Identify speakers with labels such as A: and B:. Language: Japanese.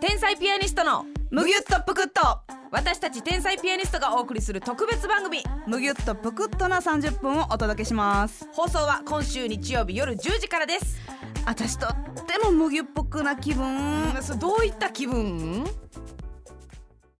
A: 天才ピアニストの
B: むぎゅっとぷくっと
A: 私たち天才ピアニストがお送りする特別番組
B: むぎゅっとぷくっとな30分をお届けします
A: 放送は今週日曜日夜10時からです
B: 私とってもむぎゅっぽくな気分
A: それどういった気分